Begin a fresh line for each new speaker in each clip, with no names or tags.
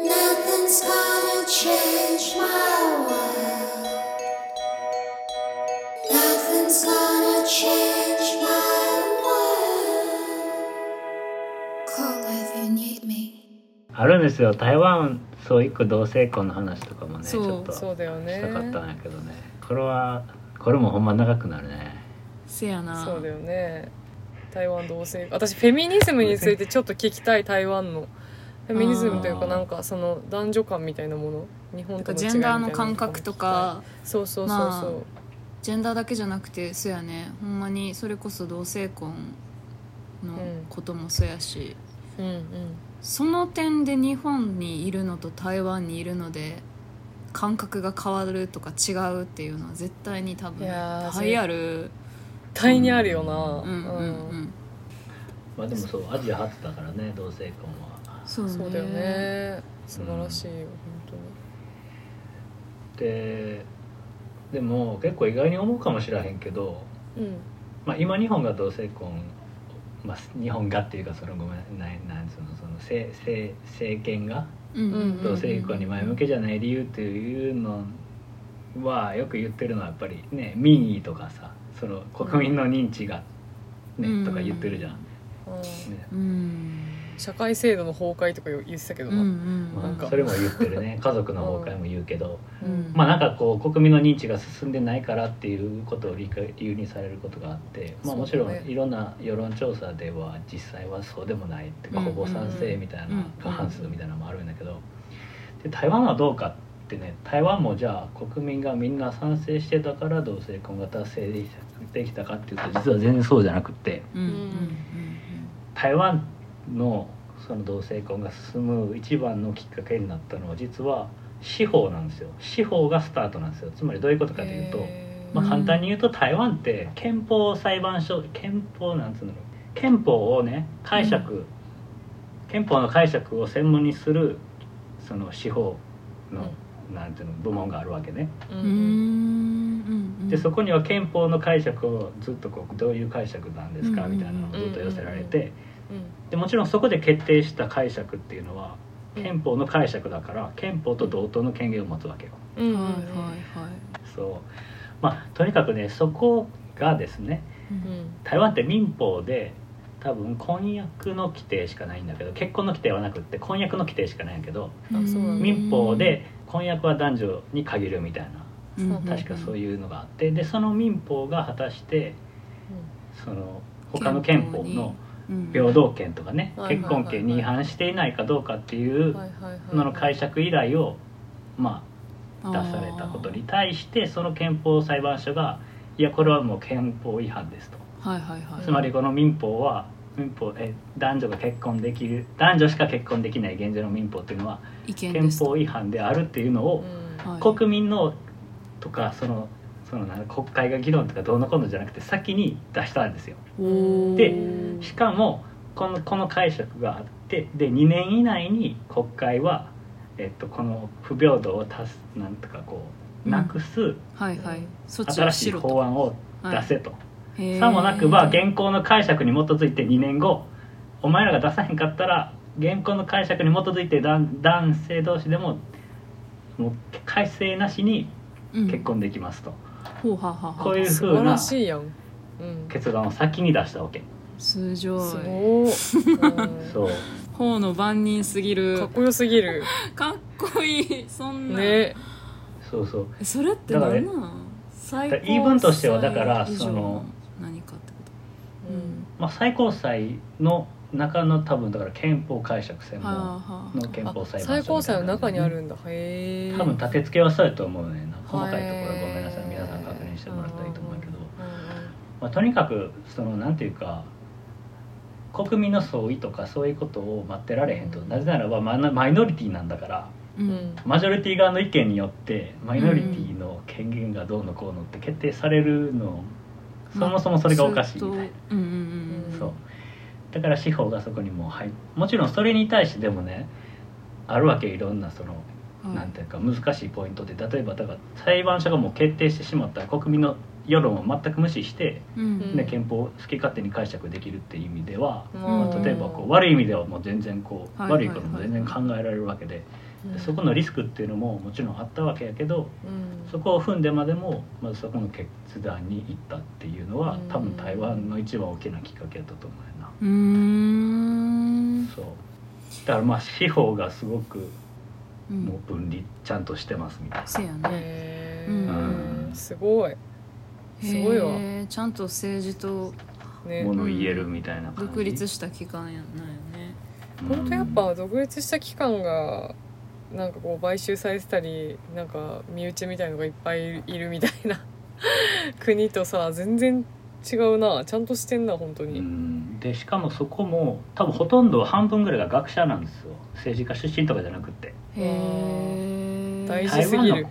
Nothing's gonna change my world. Nothing's gonna change my world. Call if you need me.
あるんですよ台湾そう一個同性婚の話とかもねち
そう
ょっとし
そうだよね
たかったんやけどねこれはこれもほんま長くなるね
せやな
そうだよね台湾同性私フェミニズムについてちょっと聞きたい台湾のフェミニズムという
あ
か
ー
なんかその男女間みたいなもの日本
なんか
との
ジ
違い
ェン
みたい
ダー
な
の感覚とか
そうそうそうそう、
まあジェンダーだけじゃなくてそうやねほんまにそれこそ同性婚の
うん
こともそうやし、
うんうん
その点で日本にいるのと台湾にいるので感覚が変わるとか違うっていうのは絶対に多分
いやー
流行る
絶対にあるよな
うんうんう
うん
ん
まあでもそうアジア初だからね同性婚は
そうね
そうだよね素晴らしいよ本
ででも結構意外に思うかもしらへんけど、
当にうん
まあ、今日本が同性婚、まあ、日本がっていうかそのごめんないなんつうのその政政政権が
うんうんうん
同性婚に前向けじゃない理由っていうのはよく言ってるのはやっぱりね民意とかさその国民の認知が、ね
うん
とか言ってるじゃん。
うん
ね
うん
社会制度の崩壊とか言ってたけど
うんう
な、
ん
ま
なん
あ、
か
それも言ってるね家族の崩壊も言うけど、
うん
まあなんかこう国民の認知が進んでないからっていうことを理解理由にされることがあって、まあ、もちろ
そ
ん
うだね
いろんな世論調査では実際はそうでもないっていうか
うん
ほぼ賛成みたいな
うん
過半数みたいなのもあるんだけどで台湾はどうかってね台湾もじゃあ国民がみんな賛成してたから同性婚が達成できたできたかっていうと実は全然そうじゃなくって
うんうんうん
台湾のその同性婚が進む一番のきっかけになったのは実は司法なんですよ司法がスタートなんですよつまりどういうことかというと。
へー
まあ、簡単に言うと台湾って憲法裁判所憲法なんつうの憲法をね解釈、憲法の解釈を専門にするその司法の、なんていうの部門があるわけね。
う
うんんうんうん
でそこには憲法の解釈をずっとこうどういう解釈なんですか
うんうん
みたいなのをずっと寄せられて
うん
でもちろんそこで決定した解釈っていうのは
うん
憲法の解釈だから憲法と同等の権限を持つわけよ。
うん
はいは
そうまあとにかくねそこがですね
いはい
い
台湾って民法で多分婚約の規定しかないんだけど結婚の規定はなくって婚約の規定しかないんだけど
あそうなんだ
民法で婚約は男女に限るみたいな確かそう
い
いうのがあってでその民法が果たしてその他の憲法の
うん
平等権とかね
はい
結婚権に違反していないかどうかっていう
はいはいはい
のの解釈依頼をま
出
あ出されたことに対してその憲法裁判所がいやこれはもう憲法違反ですと。
はいはいはい
つまりこの民法は民法え男女が結婚できる男女しか結婚できない現状の民法というのは
意見
憲
ですと
法違反であるっていうの
う
を
ん
はい
国民のとかそのそのなん国会が議論とかどうのこうのじゃなくて先に出したんですよ。
おー
で
うん
しかもこのこの解釈があってで2年以内に国会は、えっと、この不平等を足すなんとかこうなくす
はいはい措置
新
を
し
し
い
ろ
法
と
案を出せと。
はい
さもなくば現行の解釈に基づいて2年後お前らが出さへんかったら現行の解釈に基づいて男男性同士でももう改正なしに
うん
結婚できますと、
ほうははは
こういうふ
素晴
う
ら
な
しいやんうん
決断を先に出したわけ、
通常
すごーうん
そう
法の万人すぎ
かっ
る
こよすぎる
かっこいいそんな
ね
そうそう
それって
だから
何
ね
なん最
言い分としてはだから
最高裁以上
その
何かってこと
うん
まあ、最高裁の中の多分だから憲法解釈専
はあ
門
は
の憲
あ
法裁判所
最高裁の中にあ
み
るんだへ
たい
え
な多分立て付けはそうやと思うねんな細かいところは
へー
ごめんなさい皆さん確認してもらったらいいと思うけど、
う
まあ、とにかくそのなんていうか国民の相違とかそういうことを待ってられへんとなぜならばマナマイノリティなんだから
いうん
うんうん
ん
マジョリティ側の意見によってマイノリティの権限がどうのこうのって決定されるのそもそもそれがおかしいみたい
うんうんうん
な
ずっと
そうだから司法がそこにもう入もちろんそれに対してでもねあるわけいろんなその
はい
なんていうか難しいポイントで例えばだから裁判所がもう決定してしまったら国民の世論を全く無視して
うん
ね、憲法を好き勝手に解釈できるっていう意味では、
うん
例えばこう悪い意味ではもう全然こう、
はいはいはい
悪いことも全然考えられるわけで
うん
そこのリスクっていうのももちろんあったわけやけど
うん
そこを踏んでまでもまずそこの決断に行ったっていうのは
うん
多分台湾の一番大きなきっかけだったと思うよな
うーん
そうだからまあ司法がすごく
う
もうん分離ちゃんとしてますみたいな
せやね
へ
う
ん
ーすごいすごいわ
へーちゃんと政治と
ね
もの言えるみたいな感じ
独立した機関やなんよね
本当やっぱ独立した機関がなんかこう買収されてたりなんか身内みたいのがいっぱいいるみたいな 国とさ全然違うなちゃんとしてんな本当
う
に、
んでしかもそこも多分ほとんど半分ぐらいが学者なんですよ政治家出身とかじゃなくて
へえ
大事
台
す
湾
ぎ
の
る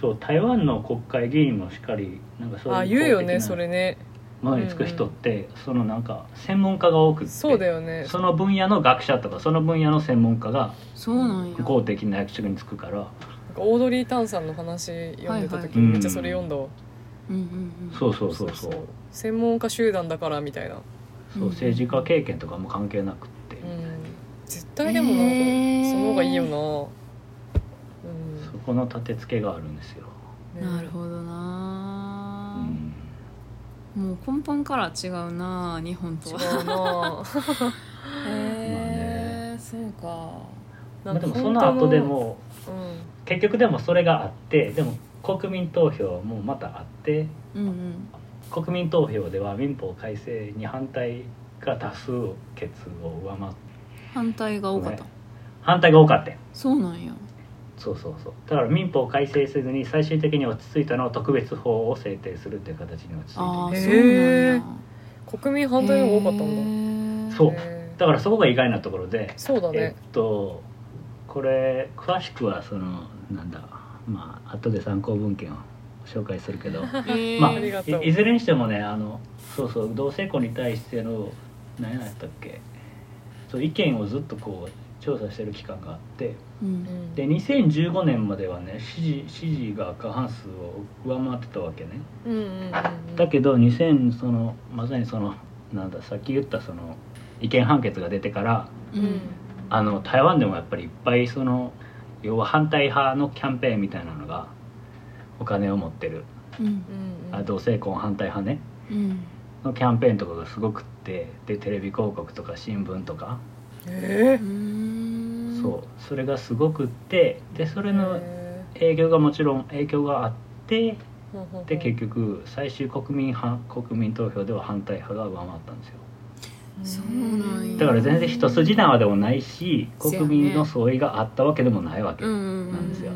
そう台湾の国会議員もしっかりなんかそういう
あ言う
公
よ
的
ね
な
それね
ものにつく人って、そのなんか専門家が多くって
そうだよね
その分野の学者とかその分野の専門家が
そうなんや
公的な役職に就くから
なんかオードリー・タンさんの話読んでた
はい
時
はい
めっちゃそれ読んだわ、
うんうんうん
そうそうそうそう
専門家集団だからみたいな、
そう政治家経験とかも関係なくって、
うん、絶対でもなんか、
へー
その方がいいよな、うん
そこの立て付けがあるんですよ、
ね
なるほど
う
な、
ん、
もう根本から違うな日本とは
違う な
へえ、そうか
まあでもその後で、も
う
結局でもそれがあってでも国民投票もまたあって
うんうん
国民投票では民法改正に反対が多数決を上回って
反対が多かった、
ね反対が多かったよ
そうなんや
そうそうそうだから民法を改正せずに最終的に落ち着いたのは特別法を制定するっていう形に落ち着い
ああ
て
そ
いうて
なん
へ
や
ーん、国民反対の方が多かったんだ
ん
そう
へー
だからそこが意外なところで、
そうだ
え
ね
っとこれ詳しくはそのなんだまあ後で参考文献を紹介する けど
へえ
まあ、
ありがとう
いいずれにしてもねあのそうそう同性婚に対しての何やったっけそう意見をずっとこう調査してる期間があって
う
うんん
で2015年まではね支持支持が過半数を上回ってたわけね
うんうんうんうん
だけど2000そのまさにそのなんださっき言ったその違憲判決が出てから
う
うんん
あの台湾でもやっぱりいっぱいその要は反対派のキャンペーンみたいなのがお金を持ってる
うん
うん
あ同性婚反対派ね
うん
のキャンペーンとかがすごくってでテレビ広告とか新聞とか、
え
うーん
そうそれがすごくってでそれ
ー
の
へ
影響がもちろん影響があって
ーほんほんほん
で結局最終国民反国民投票では反対派が上回ったんですよ
そうなんや
だから全然一筋縄でもないし
せや
国
ね
民の相違があったわけでもないわけ、
うんうんう
なん
ん
ですよ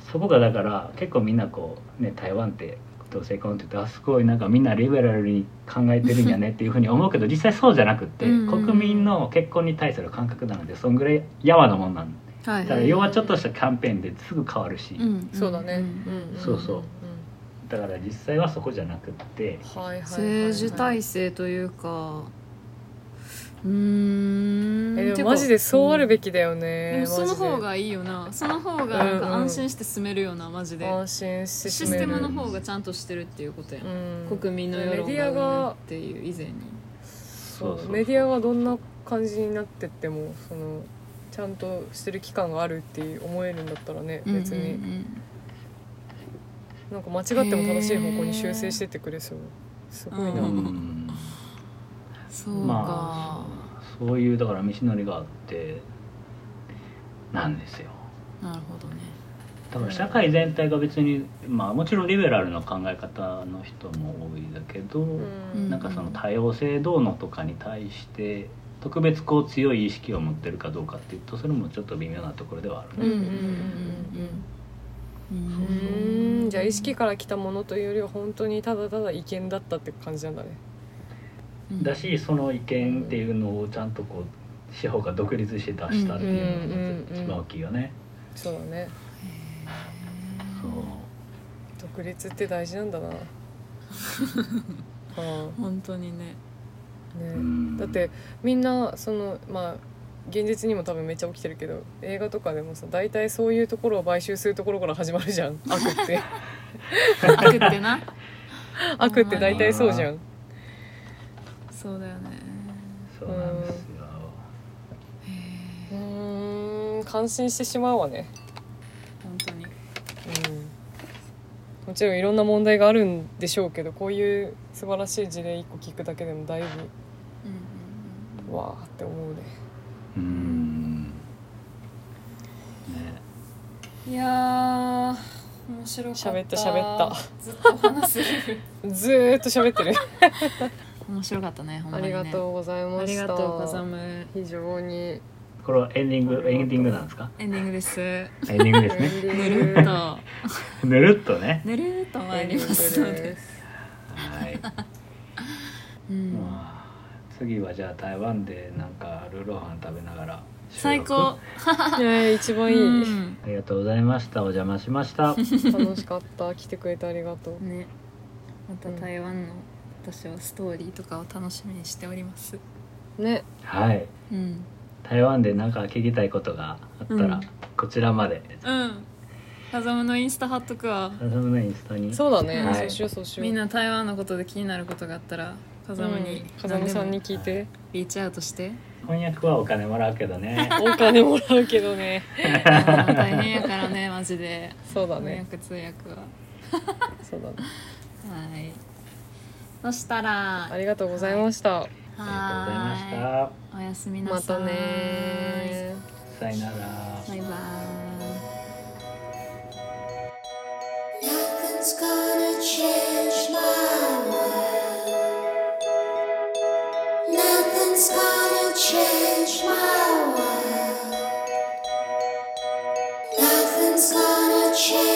そこがだから結構みんなこうね台湾って同性婚って言ってあすごいなんかみんなリベラルに考えてるんやねっていうふうに思うけど実際そうじゃなくって
うんうん
国民の結婚に対する感覚なのでそんぐらいやわなもんなん
は
だ
い
か
は
ら
い
要はちょっとしたキャンペーンですぐ変わるし
ん
そうだね
ん
んん
そうそう
うん
だから実際はそこじゃなくって
はいはいはい
政治体制というかうーん
えでもマジでそうあるべきだよ
き
ね
そ
マ
の
ジで
方がいいよなその方がなん
うん
か
うん
安心して住めるよなマジで
安心して
シ
住
ス
め
テ
る
ムの方がちゃんとしてるっていうことやん
うん
国民の世論
メディア
が
が
っていう以前に
そ
そう
う
そう
メディアがどんな感じになってってもそのちゃんとしてる期間があるって思えるんだったらね別に、
うんうんうん
なんか間違っても正しい方向に修正してってくれそうすごいな、
う
うんん
そうか
まあそうそういうだから道のりがあってなんですよ
なるほどね
だから社会全体が別にまあもちろんリベラルの考え方の人も多いだけど、
うん
なんかその多様性どうのとかに対して特別こう強い意識を持ってるかどうかっていうとそれもちょっと微妙なところではある
うん
ね、
うんうんうん
う
うん
んじゃあ意識から来たものというよりは本当にただただ違憲だったって感じなんだね
だしその意見っていうのをちゃんとこう司法が独立して出したっていうのが一番大きいよね、
そうだね
そう
独立って大事な んだなはあ
本当にね
ね、
うん
だってみんなそのまあ現実にも多分めっちゃ起きてるけど映画とかでもさ大体そういうところを買収するところから始まる じゃん悪って
悪ってな
悪って大体そうじゃん
そうだよね
そうなんですよ、
うーん感心してしまうわね
本当に
もちろんいろんな問題があるんでしょうけどこういう素晴らしい事例一個聞くだけでもだい
うんうんうん
ぶわーって思うね
うーんね
うんいやー面白かった
喋った喋った
ずっと話 す
ずーっと喋って る
面白かったねほんま
あ
に、ね、
りがとうございま
あ
した
りがとうございます
非常に
これはエンディングエンディングなんですか
エンディングですぬ
エンディング
エ
ですね
ンディン
る
グ
っと
ぬるっとね
ぬるっと
エ
参り
ンディングで
ますのです
はい、
うん
まあ次はじゃあ台湾でなんかルーローハン食べながら収録
最高
ね一番い
うん
い
ありがとうございましたお邪魔しました
楽しかった来てくれてありがとう
ねまた台湾の私はストーリーとかを楽しみにしております
ね
はい
うん
台湾で何か聞きたいことがあったら、
うん
こちらまで
うん風間のインスタ貼っとくわ
浅野のインスタに
そうだね、
はい
そうしようそうしよう
みんな台湾のことで気になることがあったら風間に
うん風
何
間
でも
さんに聞いて
リーチアウトして
翻訳はお金もらうけど ね
お金もらうけどね
あの大変やからねマジで
そうだ
翻
ね
訳通訳は
そうだね
はいそしたら
ありがとうございまし
あ
た、
りがとうござい
は
ま
ーいおやすみな
ま
さ
た
い
ね
したさよなら
バイバーイ
Nothing's gonna change my world. Nothing's gonna change my world. Nothing's gonna change.